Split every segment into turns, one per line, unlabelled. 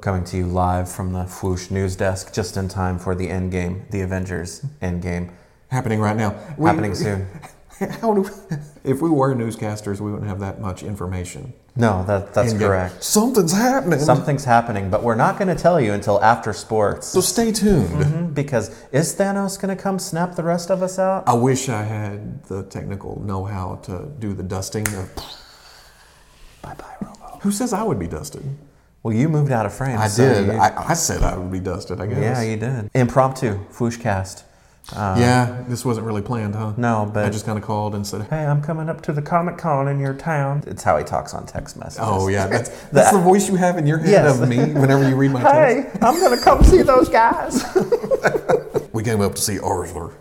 coming to you live from the Whoosh news desk just in time for the end game, the Avengers end game.
Happening right now. We-
Happening soon.
How do we, if we were newscasters, we wouldn't have that much information.
No, that, that's
And yet,
correct.
Something's happening.
Something's happening, but we're not going to tell you until after sports.
so stay tuned.
Mhm, Because is Thanos going to come snap the rest of us out?
I wish I had the technical know-how to do the dusting. Of,
Bye bye, Robo.
who says I would be dusted?
Well, you moved out of frame.
I
so
did.
you-
I, I said I would be dusted. I guess.
yeah, you did. Impromptu, Fooshcast. Uh,
Yeah, This wasn't really planned, huh?
No,
I
but
just kind of called and said,
hey, I'm coming up to the Comic Con in your town. It's how he talks on text messages.
"Oh yeah, that's that's the voice you have in your head
Yes.
of me whenever you read my text."
Hey, I'm gonna come see those guys.
We came up to see Arthur.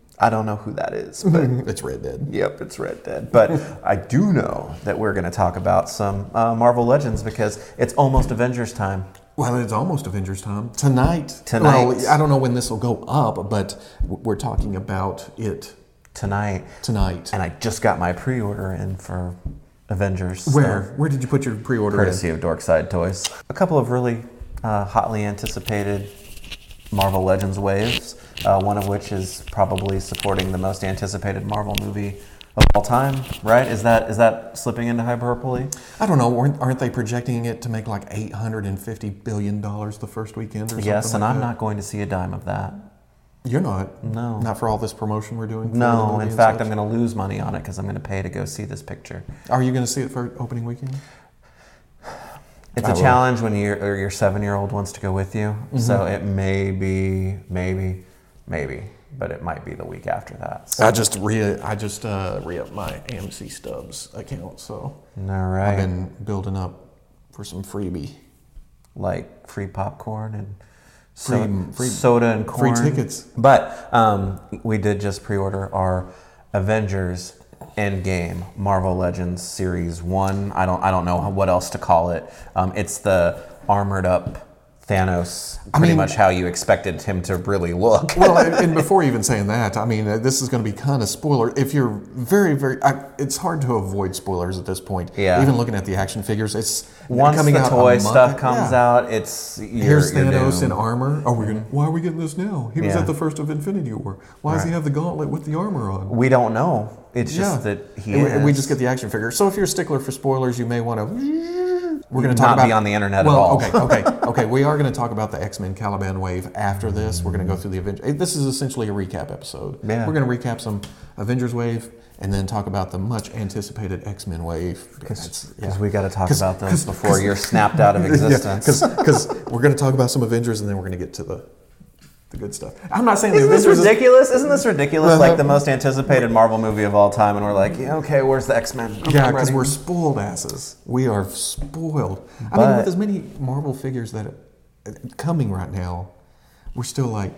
I don't know who that is, but
It's Red Dead.
Yep, it's Red Dead. But I do know that we're going to talk about some uh, Marvel Legends because it's almost Avengers time.
Well, it's almost Avengers time tonight.
Tonight.
Well, I don't know when this will go up, but w- we're talking about it
tonight,
tonight.
and I just got my pre-order in for Avengers.
Where?
stuff,
Where did you put your pre-order? in?
courtesy of Dorkside Toys. A couple of really uh, hotly anticipated Marvel Legends waves. Uh, one of which is probably supporting the most anticipated Marvel movie of all time. Right? Is that is that slipping into hyperbole?
I don't know. Aren't, aren't they projecting it to make like eight hundred and fifty billion dollars the first weekend? Or
Yes,
something
and
like
I'm
that?
not going to see a dime of that.
You're not.
No.
Not for all this promotion we're doing. for the
No,
movie
in
and
fact,
such?
I'm going to lose money on it because I'm going to pay to go see this picture.
Are you going to see it for opening weekend?
It's
I
a
will.
challenge when your or your seven year old wants to go with you, so
Mm-hmm.
it may be, maybe, maybe, but it might be the week after that. So,
I just re I just uh, re up my AMC Stubbs account, so
all
I've
right,
been building up for some freebie,
like free popcorn and
Free-
so-
free-
soda and
free
corn.
tickets.
But um, we did just pre-order our Avengers Endgame Marvel Legends Series One. I don't I don't know what else to call it. Um, it's the armored up Thanos, pretty
mean-
much how you expected him to really look.
well, and, and before even saying that, I mean, uh, this is going to be kind of spoiler. If you're very, very, I, it's hard to avoid spoilers at this point.
Yeah.
Even looking at the action figures, it's
Once
coming
the
out a
toy
month-
stuff comes
yeah.
out, it's you're,
Here's
you're
Thanos in
doomed.
armor. Are we gonna, why are we getting this now? He was
Yeah.
at the first of Infinity War. Why does he have the gauntlet with the armor on?
We don't know. It's just that he
And we, and we
is.
just get the action figure. So if you're a stickler for spoilers, you may want to. We're going to
Not
talk about
be on the internet at
well,
all.
okay, okay, okay. We are going to talk about the X Men Caliban wave after this. We're going to go through the Avengers. This is essentially a recap episode.
Yeah.
We're going to recap some Avengers wave and then talk about the much anticipated X Men wave. That's- yeah.
because we got to talk about those before you're snapped out of existence.
Because we're going to talk about some Avengers and then we're going to get to the the good stuff. I'm not saying the
Isn't this
Avengers is-
ridiculous? Isn't this ridiculous?
Well,
Like
uh,
the most anticipated Marvel movie of all time, and we're like, yeah, okay, where's the X Men?
Yeah, because we're spoiled asses. We are spoiled. I mean,
But-
with as many Marvel figures that are coming right now, we're still like,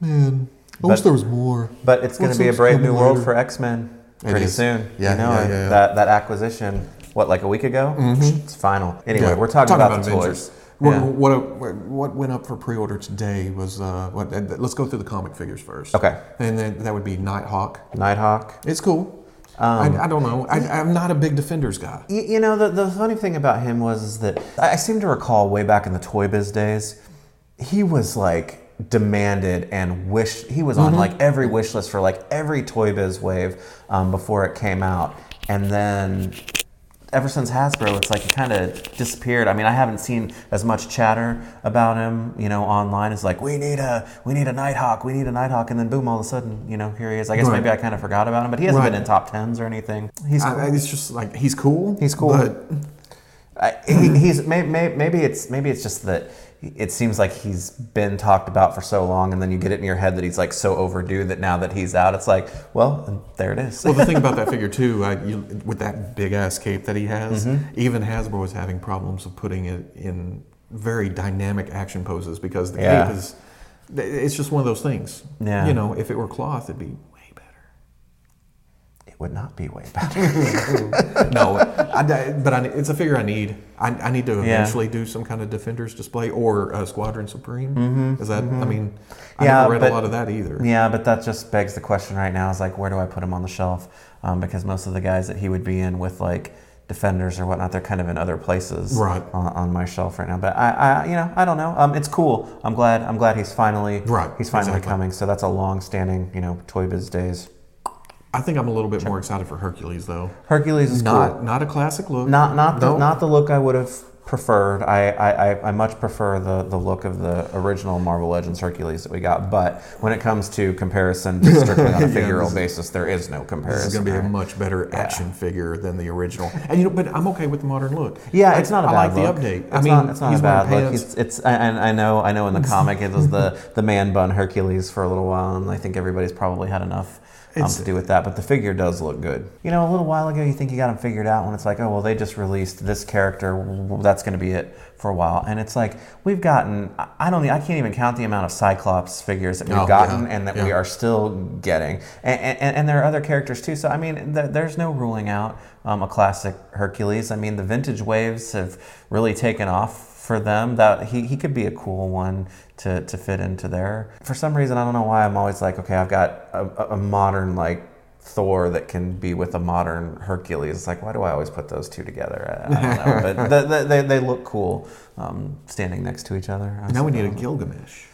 man, I wish
But-
there was more.
But it's going to
What's
be a
those
brave
coming
new world
later?
for X Men
It
pretty
is.
soon.
Yeah,
you know
yeah,
it.
yeah, yeah.
that that acquisition, what like a week ago? It's final. Anyway,
Yeah,
we're talking, about, the toys.
What,
Yeah.
what, what, went up for pre-order today was uh, what, uh, let's go through the comic figures first.
Okay.
and then that would be Nighthawk.
Nighthawk.
It's cool.
Um,
I, I don't know. I, I'm not a big Defenders guy.
Y- You know, the, the funny thing about him was is that I I seem to recall way back in the Toy Biz days, he was like demanded and wished, he was
Mm-hmm.
on like every wish list for like every Toy Biz wave um, before it came out. And then ever since Hasbro, it's like he kind of disappeared. I mean, I haven't seen as much chatter about him, you know, online. It's like, we need a, we need a Nighthawk, we need a Nighthawk. And then boom, all of a sudden, you know, here he is. I guess
Right.
maybe I kind of forgot about him, but he hasn't
Right.
been in top tens or anything. He's
I- I- it's just like he's cool.
He's cool.
But
I,
Mm-hmm.
he, he's may, may, maybe it's maybe it's just that it seems like he's been talked about for so long, and then you get it in your head that he's like so overdue that now that he's out, it's like, well, and there it is.
Well, the thing about that figure too, I, you, with that big ass cape that he has,
Mm-hmm.
even Hasbro was having problems of putting it in very dynamic action poses because the
Yeah.
cape is. It's just one of those things.
Yeah.
You know, if it were cloth, it'd be way better.
it would not be way better.
no, I, I- but I, it's a figure I need. I, I need to eventually do some kind of Defenders display or uh, Squadron Supreme. Is that? I mean, I
Mm-hmm. Yeah,
never read
but-
a lot of that either.
yeah, but that just begs the question right now: is like, where do I put him on the shelf? Um, because most of the guys that he would be in with like Defenders or whatnot. They're kind of in other places
Right.
on, on my shelf right now. But I, I you know, I don't know. Um, it's cool. I'm glad. I'm glad he's finally
Right,
He's finally
exactly.
coming. So that's a long-standing, you know, Toy Biz days.
I think I'm a little bit more excited for Hercules though.
Hercules is
Not
cool.
not a classic look.
Not not the,
No.
not the look I would have preferred. I, I, I, I much prefer the, the look of the original Marvel Legends Hercules that we got. But when it comes to comparison, just strictly on a figural basis, there is no comparison.
This is going to be a much better action figure than the original. And you know, but I'm okay with the modern look.
Yeah,
Like,
it's not a
I
bad
like
look.
the update.
It's
I mean,
not, it's not
he's
a bad
wearing
look.
pants.
He's, it's I- and I know I know in the comic it was the the man bun Hercules for a little while, and I think everybody's probably had enough. Um,
It's-
to do with that, but the figure does look good. You know, a little while ago, you think you got him figured out when it's like, oh, well, they just released this character. well, That's going to be it for a while. And it's like, we've gotten, I- I don't, e- I can't even count the amount of Cyclops figures that we've
Oh,
gotten
yeah,
and that
yeah.
we are still getting. And, and, and there are other characters too. So, I mean, th- there's no ruling out um, a classic Hercules. I mean, the vintage waves have really taken off for them. That he, he could be a cool one to, to fit into there. For some reason, I don't know why I'm always like, okay, I've got a, a- a modern, like, Thor that can be with a modern Hercules. It's like, why do I always put those two together? I, I don't know. But the, the, they, they look cool um, standing next to each other. I
now we need a
suppose.
Gilgamesh.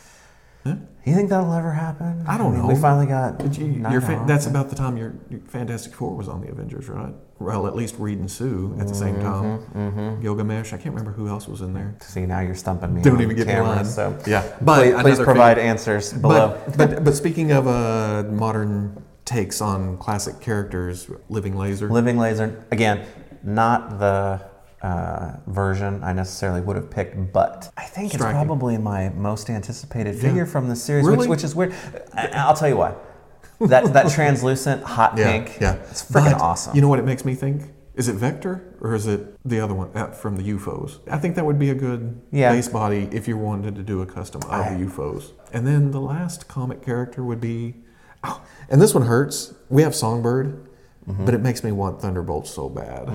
You think that'll ever happen?
I don't
mean,
know.
We finally got.
But you,
knocked
your fa-
out.
that's about the time your, your Fantastic Four was on the Avengers, right? Well, at least Reed and Sue at the same
Mm-hmm,
time. Gilgamesh. I can't remember who else was in there.
See, now you're stumping me.
Don't
on
even get me
camera,
line.
So
Yeah.
but
But
please, please
another
provide answers below.
But, but but speaking of uh, modern takes on classic characters, Living Laser.
Living Laser again, not the uh, version I necessarily would have picked, but I think
Striking.
it's probably my most anticipated figure from the series,
Really?
which, which is weird. I, I'll tell you why. That that translucent hot
yeah,
pink,
yeah,
it's freaking
But
awesome.
You know what it makes me think? Is it Vector or is it the other one uh, from the UFOs? I think that would be a good
Yeah.
base body if you wanted to do a custom of the UFOs. And then the last comic character would be, oh, and this one hurts. We have Songbird,
Mm-hmm.
but it makes me want Thunderbolt so bad.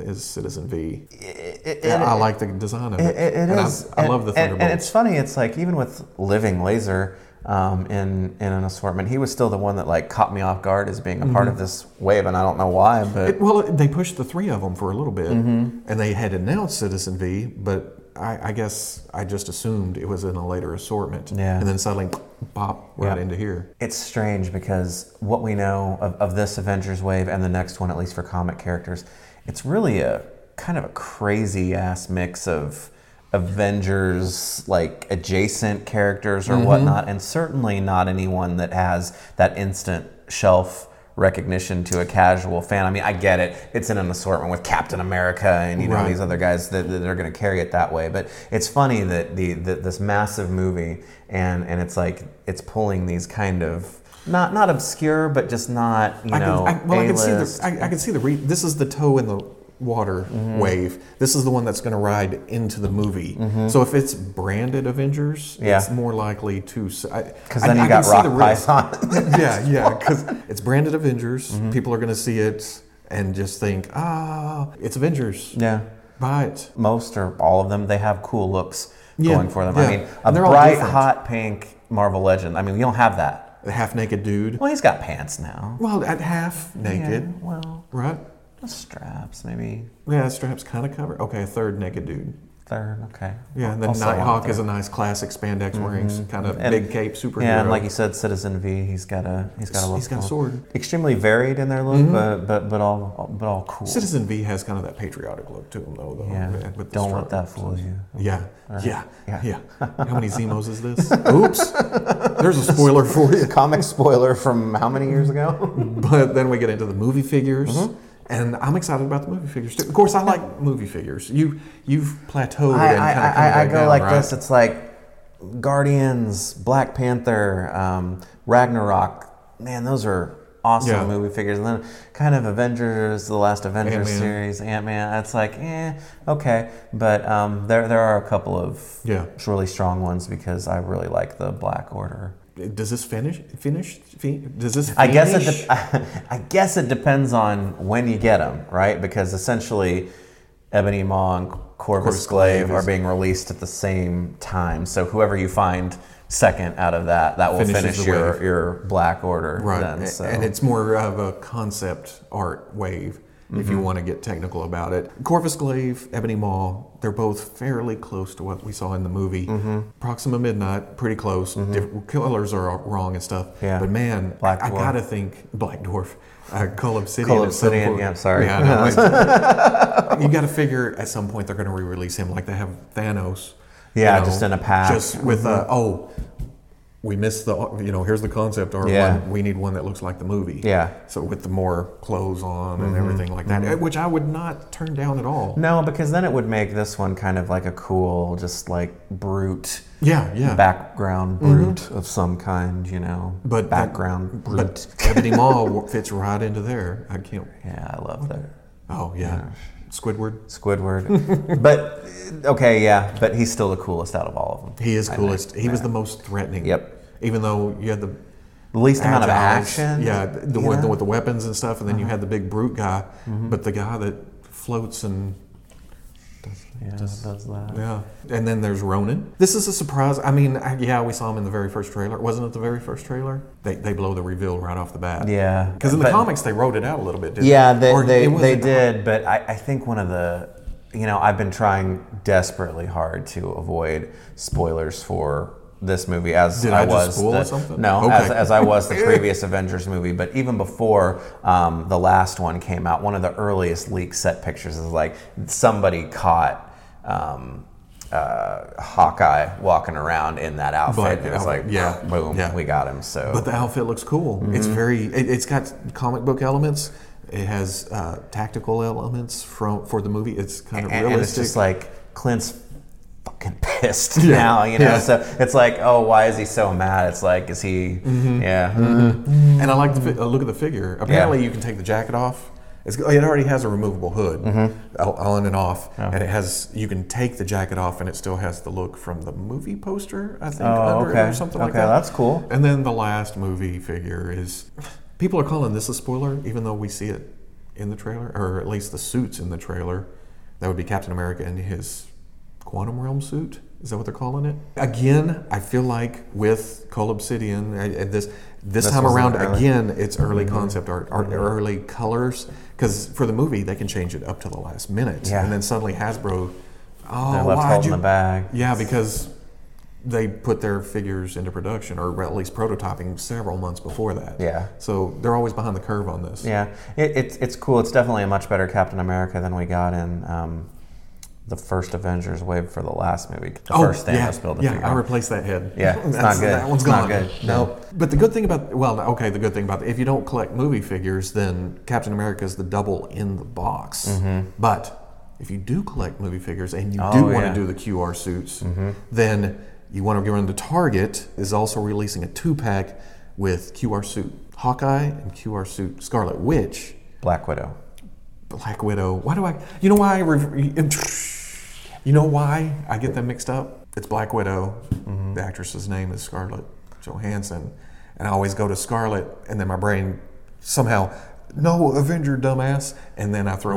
Is Citizen V?
It- it-
I-
Mm-hmm. it-
I like the design of it.
It, it- it
and I-
is.
I, love the
And- and-
Thunderbolt.
And, it's funny. It's like even with living laser um, in in an assortment, he was still the one that like caught me off guard as being a
Mm-hmm.
part of this wave, and I don't know why, but
It- well, they pushed the three of them for a little bit,
Mm-hmm.
and they had announced Citizen V, but I, I guess I just assumed it was in a later assortment.
Yeah.
And then suddenly, pop, right
Yeah.
into here.
it's strange because what we know of, of this Avengers wave and the next one, at least for comic characters, it's really a kind of a crazy ass mix of Avengers like adjacent characters or whatnot, and certainly not anyone that has that instant shelf recognition to a casual fan. I mean, I get it. It's in an assortment with Captain America and you know
Right.
these other guys that, that are going to carry it that way. But it's funny that the, the this massive movie and and it's like it's pulling these kind of not not obscure but just not you
I
know
can, I, well, I can see
A-list. Mm-hmm.
the, I, I can see the. Re- this is the toe in the water wave. This is the one that's going to ride into the movie. So if it's branded Avengers,
Mm-hmm. Yeah.
it's more likely to. Because
Because then you got Rock Python.
yeah, yeah, because it's branded Avengers.
Mm-hmm.
People are going to see it and just think, ah, it's Avengers.
yeah,
Buy it.
most or all of them they have cool looks
Yeah,
going for them.
yeah.
I mean, a
And they're all
bright
different.
hot pink Marvel Legend. I mean, you don't have that.
The half naked dude.
Well, he's got pants now.
Well, at half naked,
Yeah, well,
right?
straps maybe
Yeah, straps kind of covered. Okay, a third naked dude.
third. Okay.
Yeah, and then
Also Mm-hmm.
Nighthawk is a nice classic spandex wearing kind of
And-
big cape superhero.
Yeah, and like you said, Citizen V, he's got a he's got a look.
he's got a
cool.
sword.
Extremely varied in their look, but but but all but all cool.
Citizen V has kind of that patriotic look to him, though. though
yeah.
with- with the
Don't let
strong-
that fool you.
Yeah, yeah,
Yeah.
yeah, How many Zemos is this? Oops. There's a spoiler for you.
Comic spoiler from how many years ago?
But then we get into the movie figures,
Mm-hmm.
and I'm excited about the movie figures too. Of course, I like movie figures. You you've plateaued.
I,
and
I,
kind of
I, I, I go like this. It's like Guardians, Black Panther, um, Ragnarok. Man, those are awesome
Yeah.
movie figures. And then kind of Avengers, the last Avengers
Ant-Man.
series, Ant Man. That's like, eh, okay. But um, there there are a couple of
Yeah.
really strong ones because I really like the Black Order.
Does this finish? Finish? Fi- does this? Finish?
I guess it. De- I guess it depends on when you get them, right? Because essentially, Ebony Maw and Corvus
Corvus
Glaive
Glaive
are
is-
being released at the same time. So whoever you find second out of that, that will
Finishes
finish
the
your,
wave.
your Black Order.
right,
Then,
a-
so.
and it's more of a concept art wave. if
Mm-hmm.
you want to get technical about it. Corvus Glaive, Ebony Maw, they're both fairly close to what we saw in the movie.
Mm-hmm.
Proxima Midnight, pretty close. Different colors are wrong and stuff.
Yeah.
But man,
Black
I, I
Dwarf.
gotta think Black Dwarf. Uh, Call Obsidian.
Call
at some
Obsidian,
point.
yeah, sorry.
Yeah, I know. It's- you got to figure at some point they're going to re-release him like they have Thanos. you
Yeah, just in a pack. Mm-hmm.
Just with uh, oh, we missed the you know here's the concept art
Yeah.
one. We need one that looks like the movie.
Yeah. Mm-hmm.
So with the more clothes on and everything like that, eh, which I would not turn down at all.
No, because then it would make this one kind of like a cool, just like brute
Yeah, yeah.
background brute of some kind, you know.
Mm-hmm. But that-
background brute.
But Ebony Maw w- fits right into there. I can't.
yeah, I love that.
Oh yeah, Squidward.
Squidward. but okay, yeah, but he's still the coolest out of all of them.
He is coolest. He was the most threatening.
Yep.
Even though you had the
The least amount of
agiles.
action.
Yeah, the one
yeah. Uh-huh. Mm-hmm.
with the weapons and stuff, and then you had the big brute guy, but the guy that floats and
Yeah, does that.
yeah, and then there's Ronan. This is a surprise. I mean, I- yeah, we saw him in the very first trailer. Wasn't it the very first trailer? They they blow the reveal right off the bat.
Yeah.
because in the
But-
comics they wrote it out a little bit. Didn't
Yeah,
they?
they
Or
they,
it was
they
in-
did, but I, I think one of the you know, I've been trying desperately hard to avoid spoilers for this movie as
Did I just
was
spoil
the,
something?
no
Okay.
as, as I was the previous Avengers movie, but even before um, the last one came out, one of the earliest leaked set pictures is like somebody caught um, uh, Hawkeye walking around in that outfit.
But-
and it was like
yeah,
boom,
yeah.
we got him. So
But the outfit looks cool. It's
Mm-hmm.
very. It, it's got comic book elements. It has uh, tactical elements from for the movie. It's kind of
and, and it's
realistic.
just like Clint's fucking pissed now, you know.
yeah.
So it's like, oh, why is he so mad? It's like, is he?
Mm-hmm.
Yeah,
And I like the fi- uh, look of the figure. Apparently, you can take the jacket off. It's, oh, it already has a removable hood,
Mm-hmm.
o- on and off, and it has. You can take the jacket off, and it still has the look from the movie poster. I think
Oh,
under it
okay.
or something like
Okay,
that.
that's cool.
And then the last movie figure is. People are calling this a spoiler, even though we see it in the trailer, or at least the suits in the trailer. That would be Captain America in his quantum realm suit. Is that what they're calling it? Again, I feel like with Cold Obsidian, I- I- this this, time
was an
around
early- Mm-hmm.
again, it's early concept art, art early colors. Because for the movie, they can change it up to the last minute,
Yeah.
and then suddenly Hasbro, oh,
They're left
why'd
holding
you-"
the bag.
Yeah, because they put their figures into production or at least prototyping several months before that.
Yeah.
So they're always behind the curve on this.
yeah. It, it's it's cool. It's definitely a much better Captain America than we got in. Um, the first Avengers wave for the last movie, the first Thanos
Oh, yeah,
build.
Yeah, I replaced that head.
Yeah, it's not
That's-
good.
That one's
It's not
gone.
good.
No, but the good thing about well, no, okay, the good thing about if you don't collect movie figures, then Captain America is the double in the box. But if you do collect movie figures and you do
Mm-hmm. Oh,
want
yeah. Mm-hmm.
to do the QR suits, then you want to go into Target is also releasing a two pack with QR suit Hawkeye and QR suit Scarlet Witch,
Black Widow.
Black Widow. Why do I? You know why? I rev- You know why I get them mixed up? It's Black Widow. The actress's name is Scarlett Johansson, and I always go to Scarlett, and then my brain somehow no Avenger dumbass, and then I throw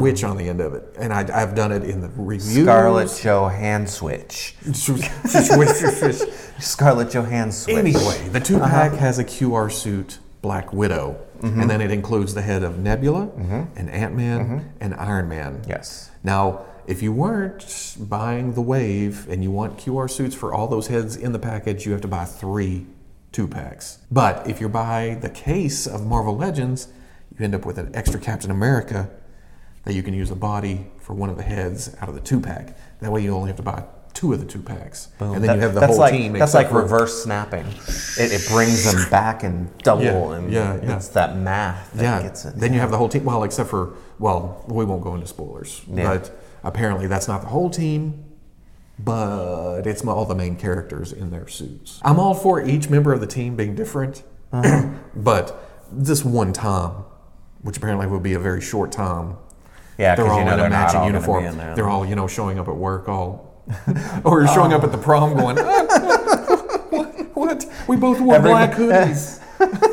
witch on the end of it, and I, I've done it in the reviews.
Scarlett Johansson. Scarlett Johansson.
Anyway, the two pack has a QR suit Black Widow, and then it includes the head of Nebula and Ant Man and Iron Man.
Yes.
Now, if you weren't buying the wave and you want QR suits for all those heads in the package, you have to buy three two packs. But if you buy the case of Marvel Legends, you end up with an extra Captain America that you can use a body for one of the heads out of the two pack. That way, you only have to buy two of the two packs, and then
That-
you have the
that's
whole
like,
team.
That's
except
like
for-
reverse snapping. It, it brings them back in double,
Yeah,
and
yeah, yeah.
it's that math that
yeah.
gets it.
Then you have the whole team. Well, except for well, we won't go into spoilers.
Yeah.
But apparently, that's not the whole team. But it's all the main characters in their suits. I'm all for each member of the team being different,
Uh-huh.
but this one Tom, which apparently will be a very short Tom.
Yeah, 'cause
they're all
you know
in a
they're not
matching
all gonna be
uniform.
in there.
They're all you know showing up at work all. or showing up at the prom going, "Ah, what, what? We both wore
Every-
black hoodies.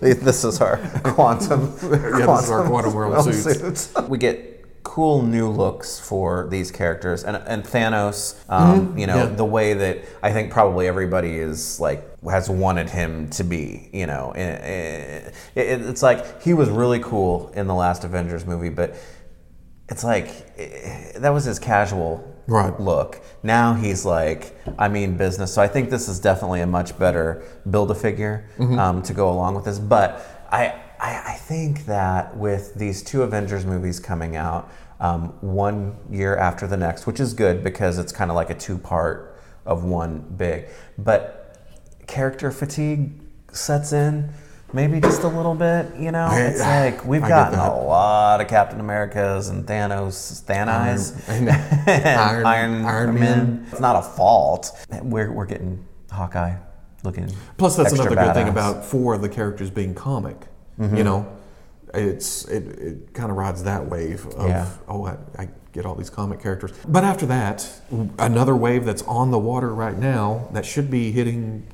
This is our quantum.
Yeah, this is our quantum world suits.
We get cool new looks for these characters, and and Thanos, um, you know,
yeah.
the way that I think probably everybody is like has wanted him to be, you know, it, it, it's like he was really cool in the last Avengers movie, but it's like eh, that was his casual
Right.
look. Now he's like, I mean business. So I think this is definitely a much better build a figure
Mm-hmm.
um, to go along with this. But I, I, I think that with these two Avengers movies coming out, um, one year after the next, which is good because it's kind of like a two part of one big. But character fatigue sets in. Maybe just a little bit, you know.
I-
It's like we've
I get
gotten
that.
a lot of Captain Americas and Thanos, Thanos,
I know.
Iron,
Iron-
Iron,
Iron
Man.
Man.
It's not a fault. We're, we're getting Hawkeye looking.
Plus, that's
extra
another good thing
badass. Mm-hmm.
about four of the characters being comic. You know, it's it, it kind of rides that wave of
Yeah.
oh, I, I get all these comic characters. But after that, w- another wave that's on the water right now that should be hitting.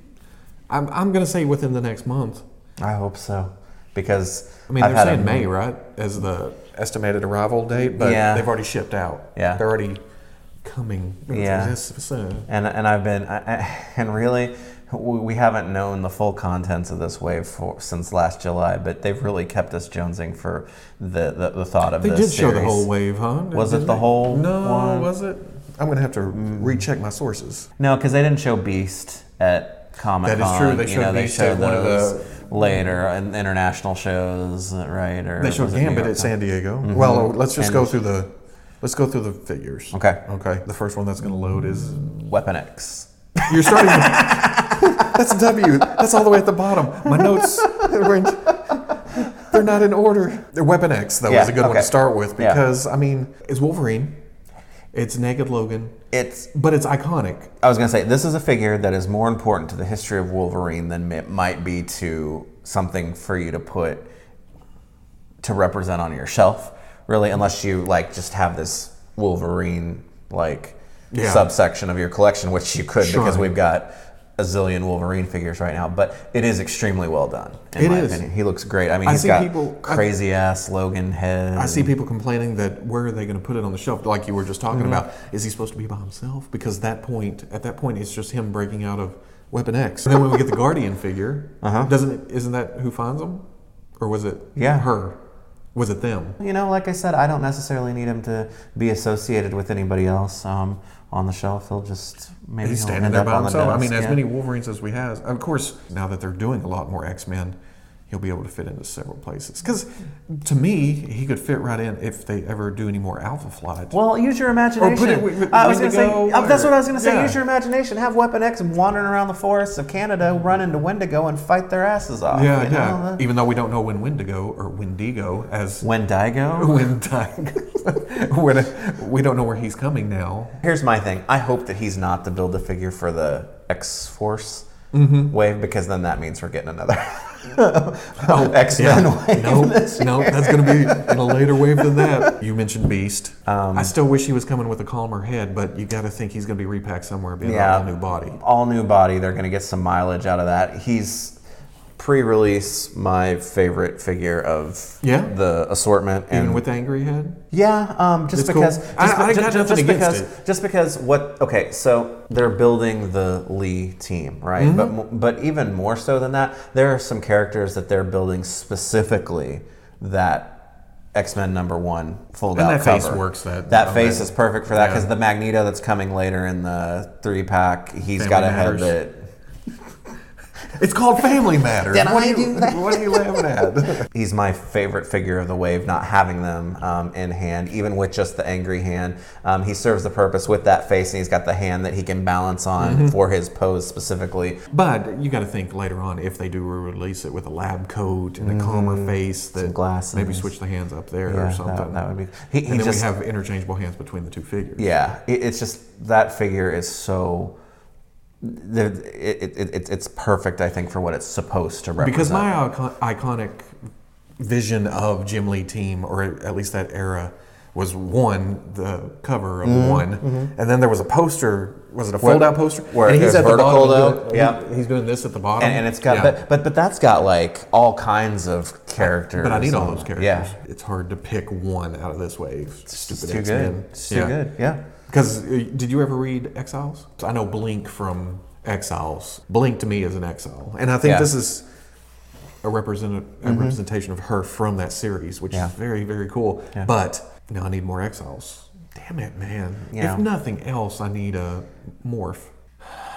I'm I'm gonna say within the next month.
I hope so, because
I mean,
I've
they're
had a-
saying May, right, as the estimated arrival date, but
Yeah.
they've already shipped out.
Yeah.
they're already coming.
Yeah.
It's- it's, uh,
and and I've been I, I, and really we we haven't known the full contents of this wave for, since last July, but they've really kept us jonesing for the the, the thought of
They
this
did show the
series.
whole wave, huh?
Was it
Didn't
the
they?
whole
No,
one? Mm.
was it? I'm gonna have to recheck my sources.
No, because they didn't show Beast at Comic Con.
That is true. They showed Beast at one of the-
later in international shows, right? Or
They showed
was it New
Gambit
York Mm-hmm.
at San Diego. Well, let's just
And-
go through the let's go through the figures.
Okay.
Okay. The first one that's gonna load is
Con? Weapon X.
you're starting. that's W. That's all the way at the bottom. My notes. were in- They're not in order. They're Weapon X though
Yeah,
was a good one
okay.
to start with
Yeah.
because I mean it's Wolverine, it's Naked Logan,
It's.
but it's iconic.
I was gonna say this is a figure that is more important to the history of Wolverine than it might be to something for you to put to represent on your shelf, really, unless you like just have this Wolverine like
Yeah.
subsection of your collection, which you could
Sure.
because we've got a zillion Wolverine figures right now. But it is extremely well done. In
It
my
is.
opinion, he looks great. I mean,
I
he's
see
got
people- I-
crazy ass Logan head.
I see people complaining that where are they going to put it on the shelf? Like you were just
Mm-hmm.
talking about, is he supposed to be by himself? Because that point, at that point, it's just him breaking out of Weapon X. And then when we get the Guardian figure, doesn't it, isn't that who finds him, or was it
Uh-huh. Yeah.
her? Was it them?
You know, like I said, I don't necessarily need him to be associated with anybody else um, on the shelf. He'll just maybe
He's
he'll
standing
end
there
up
by
on the
himself. I
desk,
mean, as
yeah.
many Wolverines as we have, of course. Now that they're doing a lot more X Men, he'll be able to fit into several places. Because to me, he could fit right in if they ever do any more Alpha Flight.
Well, use your imagination.
with- with
I was gonna say
Wendigo
uh, that's
or-
what I was gonna say.
yeah.
Use your imagination. Have Weapon X wandering around the forests of Canada, run into Wendigo and fight their asses off.
yeah,
you
yeah.
know?
Even though we don't know when Wendigo or Wendigo, as
Wendigo.
when time when we don't know where he's coming now.
Here's my thing. I hope that he's not the build a figure for the X Force
Mm-hmm.
wave because then that means we're getting another
Oh,
X Men wave.
No, no, that's going to be in a later wave than that. You mentioned Beast.
Um,
I still wish he was coming with a calmer head, but you got to think he's going to be repacked somewhere, being
Yeah.
a whole new body.
all new body. They're going to get some mileage out of that. He's pre-release my favorite figure of
Yeah?
the assortment and
Even with angry head,
yeah um, just
It's
because
cool.
just,
I- I
be-
got
ju-
nothing
just
against
because just because what okay so they're building the Lee team right
Mm-hmm.
but mo- but even more so than that there are some characters that they're building specifically that X-Men number 1 fold
And
out
that face
cover.
works that-
that
on
face
that.
is perfect for that
Yeah.
cuz the Magneto that's coming later in the 3 pack he's
Family
got a head
Matters.
that
it's called Family Matters.
Did
what,
I
are you,
do that?
what are you laughing at?
He's my favorite figure of the wave, not having them um, in hand, even with just the angry hand. Um, he serves the purpose with that face, and he's got the hand that he can balance on
Mm-hmm.
for his pose specifically.
But you got to think later on if they do release it with a lab coat and a calmer face, that
Mm-hmm. glasses.
maybe switch the hands up there
Yeah,
or
that-
something.
That, would be. He, he
and then
just,
we have interchangeable hands between the two figures.
yeah, it, it's just that figure is so. The, it, it, it, it's perfect, I think, for what it's supposed to represent.
because my icon- iconic vision of Jim Lee team, or at least that era, was one, the cover of one, and then there was a poster. Was it a fold-out poster?
Mm-hmm. where
and he's
it's
at the
vertical,
bottom.
though.
doing- he-
Yeah.
he's doing this at the bottom,
and, and it's got
Yeah.
but, but but that's got like all kinds of characters.
But I need all
and-
those characters.
Yeah,
It's hard to pick one out of this wave. Stupid
it's too
X-Men.
good. It's too good. Yeah.
Because uh, did you ever read Exiles? I know Blink from Exiles. Blink to me is an exile, and I think
Yeah. Mm-hmm.
this is a, represent- a representation of her from that series, which
Yeah.
is very very cool. But now I need more exiles. Damn it, man!
Yeah.
If nothing else, I need a morph.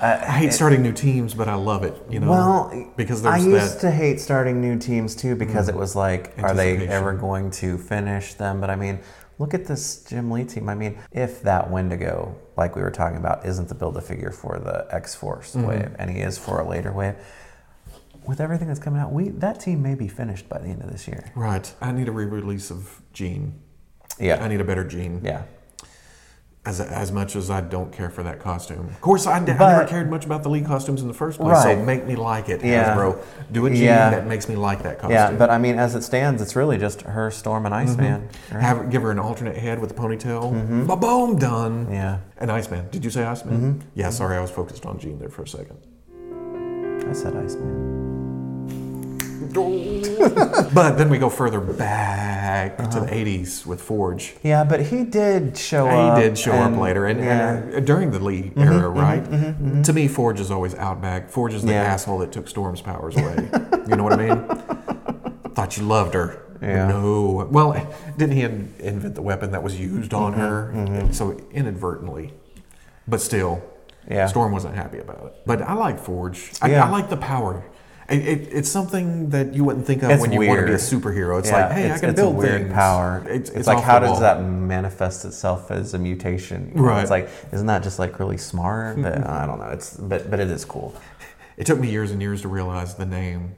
Uh,
I hate starting new teams, but I love it. You know,
Well,
because
I
there's
used
that. Mm.
to hate starting new teams too because it was like, are they
Anticipation.
ever going to finish them? But I mean, look at this Jim Lee team. I mean, if that Wendigo, like we were talking about, isn't the build a figure for the X Force
Mm-hmm.
wave, and he is for a later wave, with everything that's coming out, we that team may be finished by the end of this year.
Right. I need a re-release of Gene.
Yeah,
I need a better Gene.
yeah.
as as much as I don't care for that costume. Of course, I, d- I
But-
never cared much about the Lee costumes in the first place.
Right.
So make me like it,
Yeah.
Hasbro. Do a gene
Yeah.
that makes me like that costume.
Yeah, but I mean, as it stands, it's really just her, Storm, and
Mm-hmm.
Iceman. right?
Have give her an alternate head with a ponytail.
Mm-hmm.
Ba boom, done.
Yeah,
And Iceman. Did you say Iceman?
Mm-hmm.
Yeah. Sorry, I was focused on Gene there for a second.
I said Iceman.
but then we go further back
Uh-huh.
to the '80s with Forge.
Yeah, but he did show up.
He did show
and- Mm-hmm,
up later, and, and, uh, during the Lee era, right? To me, Forge is always out back. Forge is the
Yeah.
asshole that took Storm's powers away. you know what I mean? Thought you loved her.
Yeah.
No. Well, didn't he in- invent the weapon that was used on
Mm-hmm,
her? So inadvertently, but still,
Yeah.
Storm wasn't happy about it. But I like Forge. I,
Yeah.
I like the power. It, it, it's something that you wouldn't think of
It's
when you want to be a
weird.
superhero. It's
Yeah,
like, hey, I can
it's
build
a weird
things.
power.
It's, it's
like,
off
how
the
does
wall.
that manifest itself as a mutation? You know, It's
Right.
like, isn't that just like really smart? but I don't know. It's but but it is cool.
It took me years and years to realize the name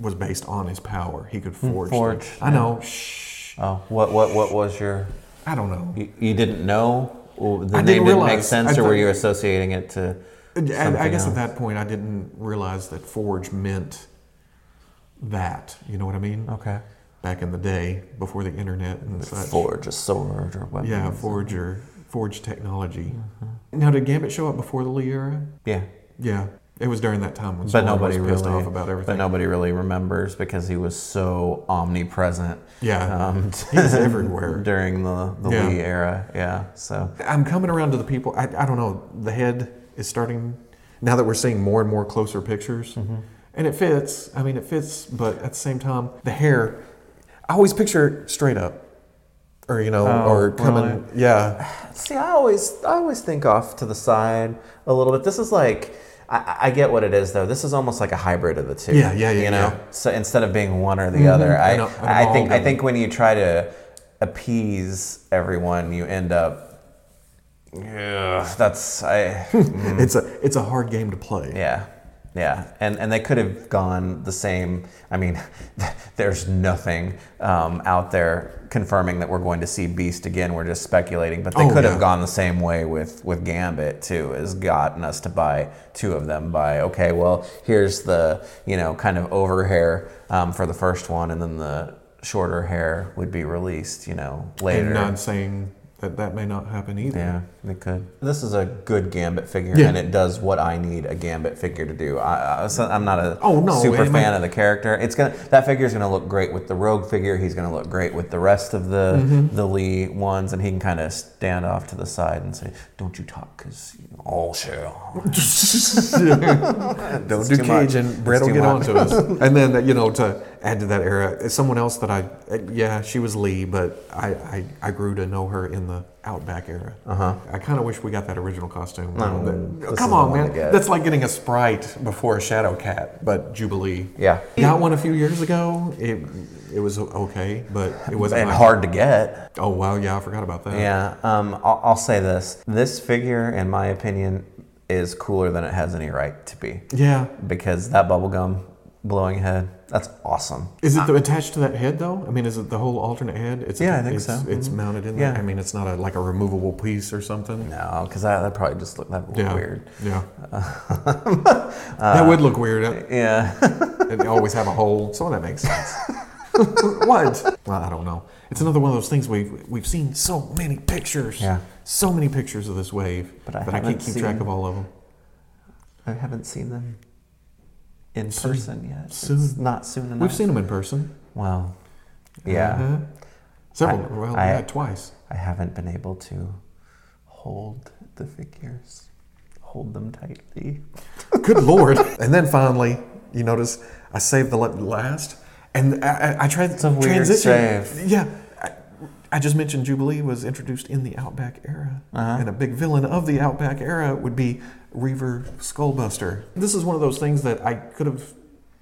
was based on his power. He could forge.
forge,
things. I know. Shh.
Oh, what what what was your?
I don't know.
You, you didn't know Or the
I
name
didn't
didn't make
realize.
sense,
I
or were
thought-
you associating it to?
I, I
something
guess
else?
at that point, I didn't realize that forge meant that. You know what I mean?
Okay.
Back in the day, before the internet and such.
Forge a sword or weapon.
Yeah, forge or forge technology.
Mm-hmm.
Now, did Gambit show up before the Lee era?
Yeah.
Yeah, it was during that time when
But
Storm
nobody
was pissed
really.
off about everything.
But nobody really remembers because he was so omnipresent.
Yeah,
Um,
he's everywhere.
during the the
Yeah.
Lee era. Yeah. So.
I'm coming around to the people. I, I don't know. The head is starting now that we're seeing more and more closer pictures,
Mm-hmm.
and it fits. I mean, it fits, but at the same time, the hair. I always picture it straight up, or you know,
Oh,
or coming.
really?
Yeah,
See, I always, I always think off to the side a little bit. This is like, I- I, I get what it is though. This is almost like a hybrid of the two.
Yeah, yeah, yeah,
You know,
yeah. Mm-hmm.
so instead of being one or the other, I,
I know, I'm
I,
all
think, I
good.
think when you try to appease everyone, you end up. Yeah, that's I.
it's a it's a hard game to play.
Mm-hmm. Yeah. Yeah, and and they could have gone the same. I mean, there's nothing um, out there confirming that we're going to see Beast again. We're just speculating, but they
Oh,
could have
yeah.
gone the same way with with Gambit too. Has gotten us to buy two of them by okay, well here's the you know kind of over hair um, for the first one, and then the shorter hair would be released you know later.
and uh, not saying that that may not happen either.
Yeah, they could. This is a good gambit figure,
Yeah.
and it does what I need a gambit figure to do. I, I, so I'm not a
Oh, no,
super
it
fan
may-
of the character. It's gonna that figure is gonna look great with the rogue figure. He's gonna look great with the rest of the
Mm-hmm.
the Lee ones, and he can kind of stand off to the side and say, "Don't you talk, because you know, all shall."
Don't
It's
do
too much.
Cage and Brett
It's
will
too
get
much.
onto us. And then, you know, to add to that era, someone else that I, yeah, she was Lee, but I, I, I grew to know her in the Outback era. Uh-huh. I kind of wish we got that original costume.
No,
That-
Mm. this is
come
the
on,
one
man.
to get.
That's like getting a Sprite before a Shadow Cat, but Jubilee.
Yeah.
Got one a few years ago. It, it was okay, but it wasn't
And
my-
hard to get.
Oh, wow. Yeah, I forgot about that.
Yeah, um, I'll, I'll say this: this figure, in my opinion, is cooler than it has any right to be,
Yeah.
because that bubblegum blowing head, that's awesome.
Is it the, altached to that head though? I mean, is it the whole alternate head? It's
Uh, Yeah, I think
it's,
so. Mm-hmm.
It's mounted in there.
Yeah.
I mean, it's not a, like a removable piece or something.
No, because that that probably just looked that
Yeah,
weird. Uh,
Yeah, that would look weird.
Yeah.
And they always have a hole, so that makes sense. what? Well, I don't know. It's another one of those things we've we've seen so many pictures.
Yeah.
So many pictures of this wave,
But I
can't
haven't
keep track
seen-
of all of them.
I haven't seen them in
Soon.
person yet. It's
Soon.
not soon enough.
We've seen them in person.
Well, yeah.
Uh-huh. Several.
Uh, I-
well,
I-
yeah, twice.
I haven't been able to hold the figures, hold them tightly.
Good lord! And then finally, you notice I saved the le- last, and I, I, I tried
a weird
transition.
save.
Yeah, I, I just mentioned Jubilee was introduced in the Outback era,
Uh-huh.
and a big villain of the Outback era would be Reaver Skullbuster. This is one of those things that I could have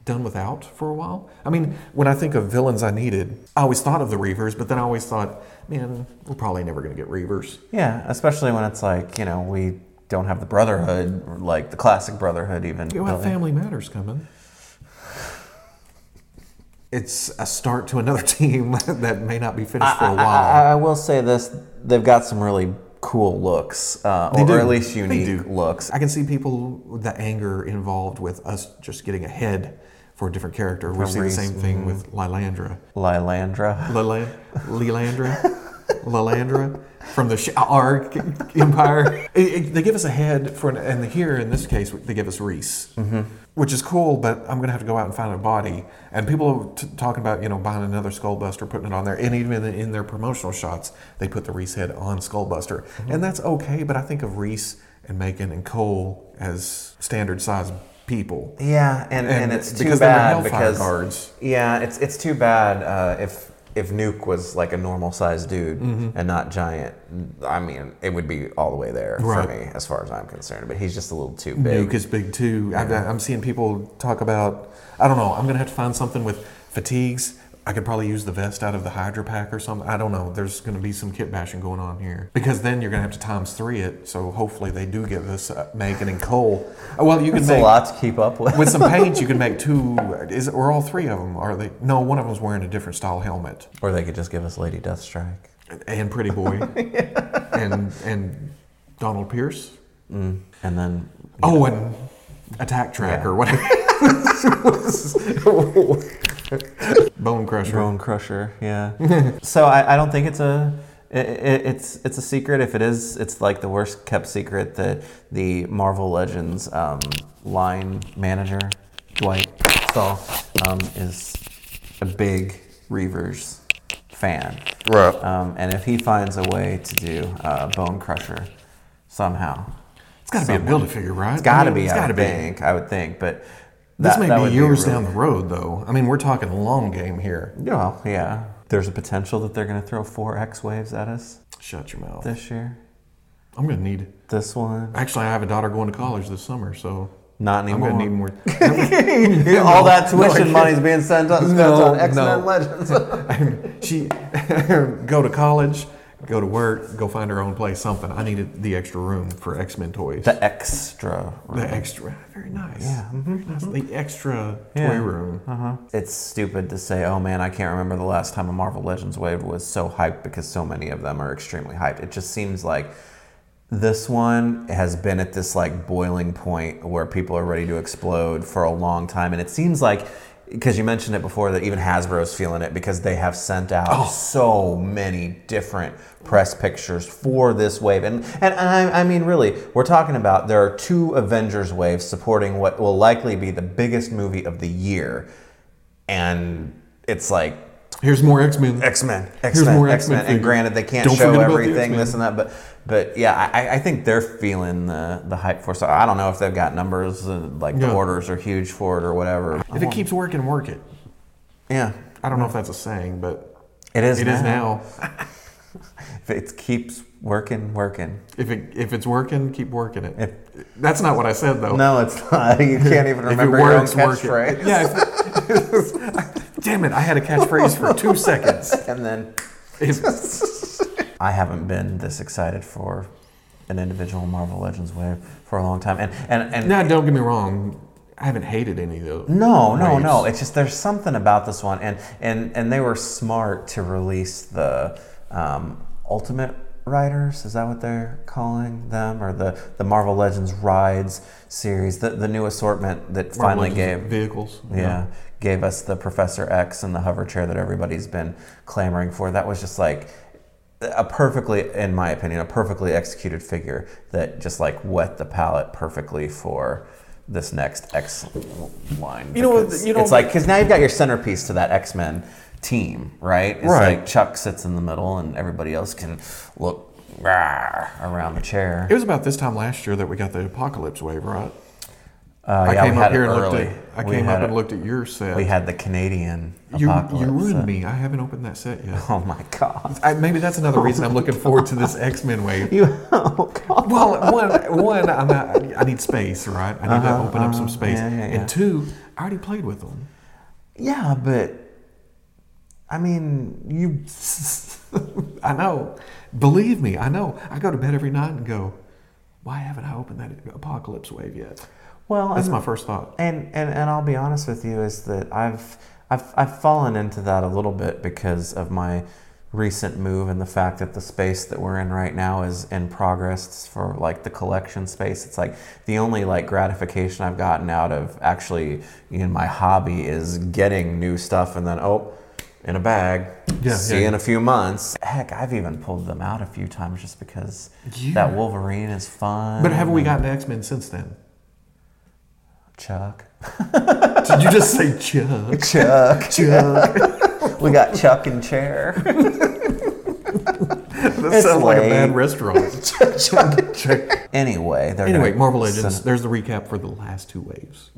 done without for a while. I mean, when I think of villains I needed, I always thought of the Reavers, but then I always thought, man, we're probably never going to get Reavers.
Yeah, especially when it's like, you know, we don't have the brotherhood, or, like the classic brotherhood even.
You have
really.
Family Matters coming. It's a start to another team that may not be finished for a
I,
while.
I- I will say this, they've got some really cool looks, uh,
They
or,
do.
at least
They
unique
do.
looks.
I can see people the anger involved with us just getting ahead for a different character. We've seen the
reason.
same thing with Lilandra.
Lilandra.
Lilan- Lilandra? Lilandra from the Sh'ar Empire. It- it- they give us a head for, an, and here in this case, they give us Reese,
Mm-hmm.
which is cool. But I'm gonna have to go out and find a body. And people are t- talking about you know buying another Skullbuster, putting it on there, and even in, in their promotional shots, they put the Reese head on Skullbuster,
Mm-hmm.
and that's okay. But I think of Reese and Megan and Cole as standard size people.
Yeah, and, and,
And
it's too
because they were
bad
Hellfire
because
guards.
yeah, it's it's too bad uh, if if Nuke was like a normal sized dude and not giant. I mean, it would be all the way there
Right.
for me as far as I'm concerned. But he's just a little too big.
Nuke is big too. I've, I'm seeing people talk about. I don't know. I'm gonna have to find something with fatigues. I could probably use the vest out of the Hydra pack or something. I don't know. There's gonna be some kit bashing going on here because then you're gonna have to times three it. So hopefully they do give us uh, Megan and Cole. Uh, Well, you can
It's a
make
lot to keep up with.
with some paint. You can make two. Is it, or all three of them? Are they? No, one of them's wearing a different style helmet.
Or they could just give us Lady Deathstrike.
And Pretty Boy. And and Donald Pierce.
Mm. And then
Oh, and attack track
Yeah.
or whatever. Bone crusher.
Drone Crusher. Yeah. so I, I don't think it's a. i- i it's it's a secret. If it is, it's like the worst kept secret that the Marvel Legends um, line manager Dwight Stahl um, is a big Reavers fan.
Right.
Um, and if he finds a way to do uh, Bone Crusher somehow,
It's got to be a
someone-
build a figure, right?
It's got to be.
It's
I
got to
would
be.
think. I would think, but
This
that-
may
that would
be years
really-
down the road, though. I mean, we're talking long game here.
Yeah, Well, yeah. There's a potential that they're going to throw four X waves at us
Shut your mouth.
this year.
I'm gonna need.
This one,
Actually, I have a daughter going to college this summer, so
not
I'm gonna need
anymore.
more.
All that
No, I
tuition
can't.
money's being sent on, spent
No,
on X Men
no.
Legends.
she go to college, go to work, go find her own place. Something. I needed the extra room for X Men toys.
the extra.
The extra, very nice.
Yeah, mm-hmm,
Very nice. The extra toy
Yeah.
room.
Uh-huh. It's stupid to say, oh man, I can't remember the last time a Marvel Legends wave was so hyped because so many of them are extremely hyped. It just seems like this one has been at this like boiling point where people are ready to explode for a long time. And it seems like, because you mentioned it before, that even Hasbro's feeling it because they have sent out so many different press pictures for this wave. And, and I, I mean, really, we're talking about there are two Avengers waves supporting what will likely be the biggest movie of the year and it's like
Here's more X Men.
X Men, X
Here's more
Men, X
X-Men
Men. And
figures.
granted, they can't
Don't
show
forget about the
everything,
X-Men.
this and that, but but yeah, I, I think they're feeling the the hype for. So I don't know if they've got numbers, uh, like
Yeah.
the orders are huge for it or whatever.
If it keeps working, work it.
Yeah,
I don't know if that's a saying, but
it is.
it
now.
is now.
If it keeps working, working.
If it if it's working, keep working it.
If-
that's not what I said though.
No, it's not. You can't even
Oh. if it
remember
works,
your own
work
catchphrase.
it. Yeah. if- damn it! I had a catchphrase for two seconds.
And then
If-
I haven't been this excited for an individual Marvel Legends wave for a long time, and and and
now, don't get me wrong. I haven't hated any of those.
No, no, no.
waves.
It's just there's something about this one, and and and they were smart to release the um, Ultimate Riders. Is that what they're calling them, or the the Marvel Legends Rides series, the the new assortment that
Marvel
finally
Legends
gave
vehicles.
yeah, gave us the Professor X and the hover chair that everybody's been clamoring for. That was just like a perfectly, in my opinion, a perfectly executed figure that just like wet the palette perfectly for this next X line.
You know what-
Because
you know-
it's like because now you've got your centerpiece to that X Men team, right? It's
Right.
like Chuck sits in the middle, and everybody else can look rah, around the chair.
It was about this time last year that we got the apocalypse wave, right?
Uh, yeah,
I came
we
up
had
here
it
and
early.
looked at. I
We
came
had
up and
it-
looked at your set.
We had the Canadian
you,
apocalypse.
you ruined
so-
me. I haven't opened that set yet.
Oh my god.
I, maybe that's another reason I'm looking forward to this X Men wave.
You oh god.
Well, one, one, I'm out, I need space, right? I need to open up some space.
Uh-huh, yeah, yeah, yeah.
And two, I already played with them.
Yeah, but I mean, you
I know. Believe me, I know. I go to bed every night and go, why haven't I opened that apocalypse wave yet?
well,
That's
and,
my first thought.
and and and I'll be honest with you is that I've I've I've fallen into that a little bit because of my recent move and the fact that the space that we're in right now is in progress for like the collection space it's like the only like gratification i've gotten out of actually in my hobby is getting new stuff and then oh in a bag
Yeah,
see
yeah,
in a few months heck i've even pulled them out a few times just because that wolverine is fun
But haven't we gotten X Men since then?
chuck
Did you just say Chuck?
Chuck. Chuck. we got Chuck in chair.
That sounds like a
late.
bad restaurant.
Chuck. Anyway, they're
Anyway,
gonna-
Marvel Legends. there's the recap for the last two waves,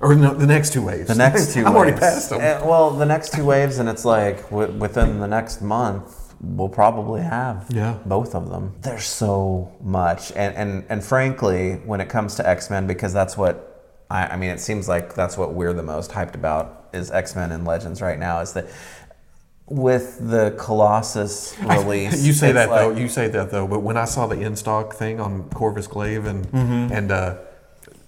or no, the next two waves.
The next 2
I'm
waves.
already past them.
Eh, well, the next two waves, and it's like w- within the next month, we'll probably have
Yeah.
both of them. There's so much, and and and frankly, when it comes to X Men, because that's what I, I mean, it seems like that's what we're the most hyped about is X Men and Legends right now. Is that with the Colossus release?
You say
it's
that
like-
though. You say that though. But when I saw the in stock thing on Corvus Glaive and and uh,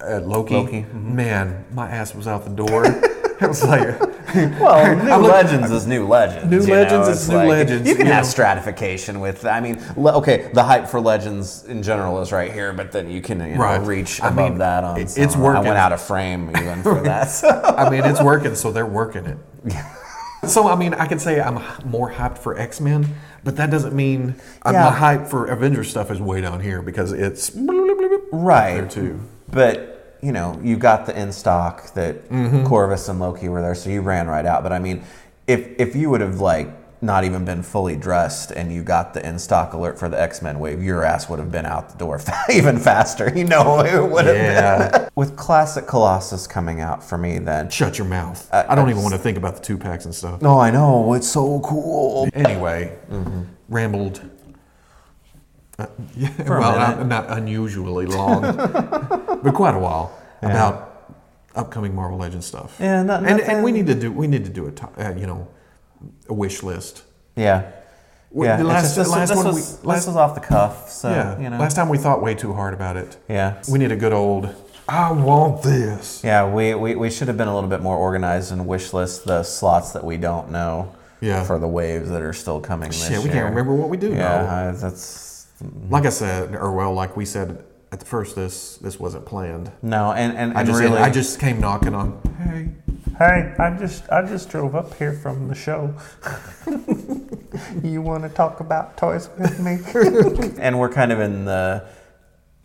uh, Loki,
Mm-hmm. Loki, mm-hmm.
man, my ass was out the door. it was like
Well, New
I'm looking-
Legends is New Legends.
New
you know,
Legends is
it's
New Legends,
You can
you
have
know.
stratification with. I mean, le- okay, the hype for Legends in general is right here, but then you can you know,
Right.
reach
I
above
mean,
that. On
it- it's
some- I
working.
went out of frame even for that. so.
I mean, it's working, so they're working it. So I mean, I could say I'm h- more hyped for X Men, but that doesn't mean uh,
Yeah.
my hype for Avengers stuff is way down here because it's
Right.
there too.
But you know, you got the in stock that
Mm-hmm.
Corvus and Loki were there, so you ran right out. But I mean, if if you would have like not even been fully dressed and you got the in stock alert for the X Men wave, your ass would have been out the door even faster. You know, it would have
Yeah.
been. With classic Colossus coming out for me, then.
Shut your mouth.
Uh,
I don't even want to think about the two packs and stuff.
Oh, I know. It's so cool.
Anyway,
Mm-hmm.
rambled. Uh, yeah,
a
well,
minute.
not, not unusually long, but quite a while about upcoming Marvel Legends stuff.
Yeah, not-
and, and we
nothing-
need to do we need to do a to- uh, you know a wish list.
Yeah.
Well,
yeah.
the
it's
last-
just- this,
last
this
one
was,
we-
this
last-
was off the cuff, so
yeah,
you know.
last time we thought way too hard about it.
yeah.
We need a good old. I want this.
Yeah, we, we, we should have been a little bit more organized and wish list the slots that we don't know
Yeah.
for the waves that are still coming this
Shit, we
year.
can't remember what we do. now.
Yeah, I, that's
like I said, or well, like we said at the first, this this wasn't planned.
no, and and, and
I just
really,
I just came knocking on. Hey,
Hey, I just I just drove up here from the show. you want to talk about toys with me?
and we're kind of in the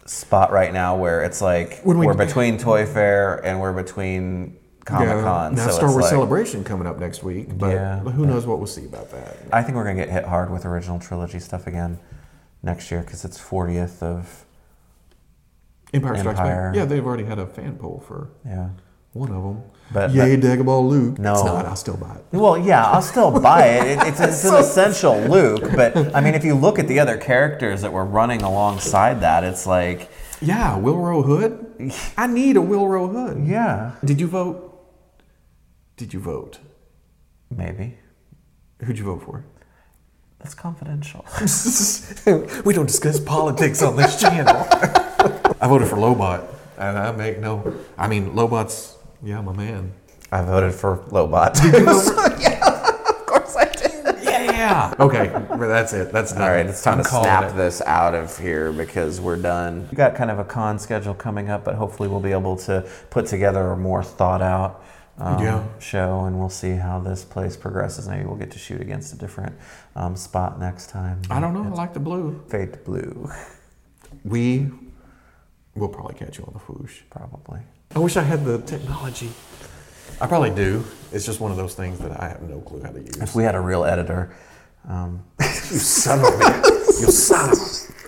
spot right now where it's like
When we-
are between Toy Fair and we're between Comic Con.
Now
so
Star
it's
Wars
like-
Celebration coming up next week, but
Yeah.
who knows what we'll see about that.
I think we're gonna get hit hard with original trilogy stuff again next year because it's 40th of
Empire Strikes
Empire.
Back. Yeah, they've already had a fan poll for
yeah.
one of them.
But-
Yay, Dagobah Luke.
No.
It's not. I'll still buy it.
Well, yeah, I'll still buy it. it it's it's an essential Luke, but I mean, if you look at the other characters that were running alongside that, it's like,
Yeah, Wilrow Hood. I need a Wilrow Hood.
yeah,
Did you vote? Did you vote?
maybe
Who'd you vote for?
that's confidential.
we don't discuss politics on this channel. I voted for Lobot, and I make no. I mean, Lobot's yeah, my man.
I voted for Lobot.
Yeah. Okay, that's it. That's done.
All right, it's time
I'm
to
calling
snap
it.
this out of here because we're done. We got kind of a con schedule coming up, but hopefully we'll be able to put together a more thought out um,
Yeah.
show, and we'll see how this place progresses. Maybe we'll get to shoot against a different um, spot next time.
I don't know. I like the blue.
Fade to blue,
We will probably catch you on the whoosh.
probably.
I wish I had the technology. I probably do. It's just one of those things that I have no clue how to use.
If we had a real editor, um,
You son of a bitch. You son of a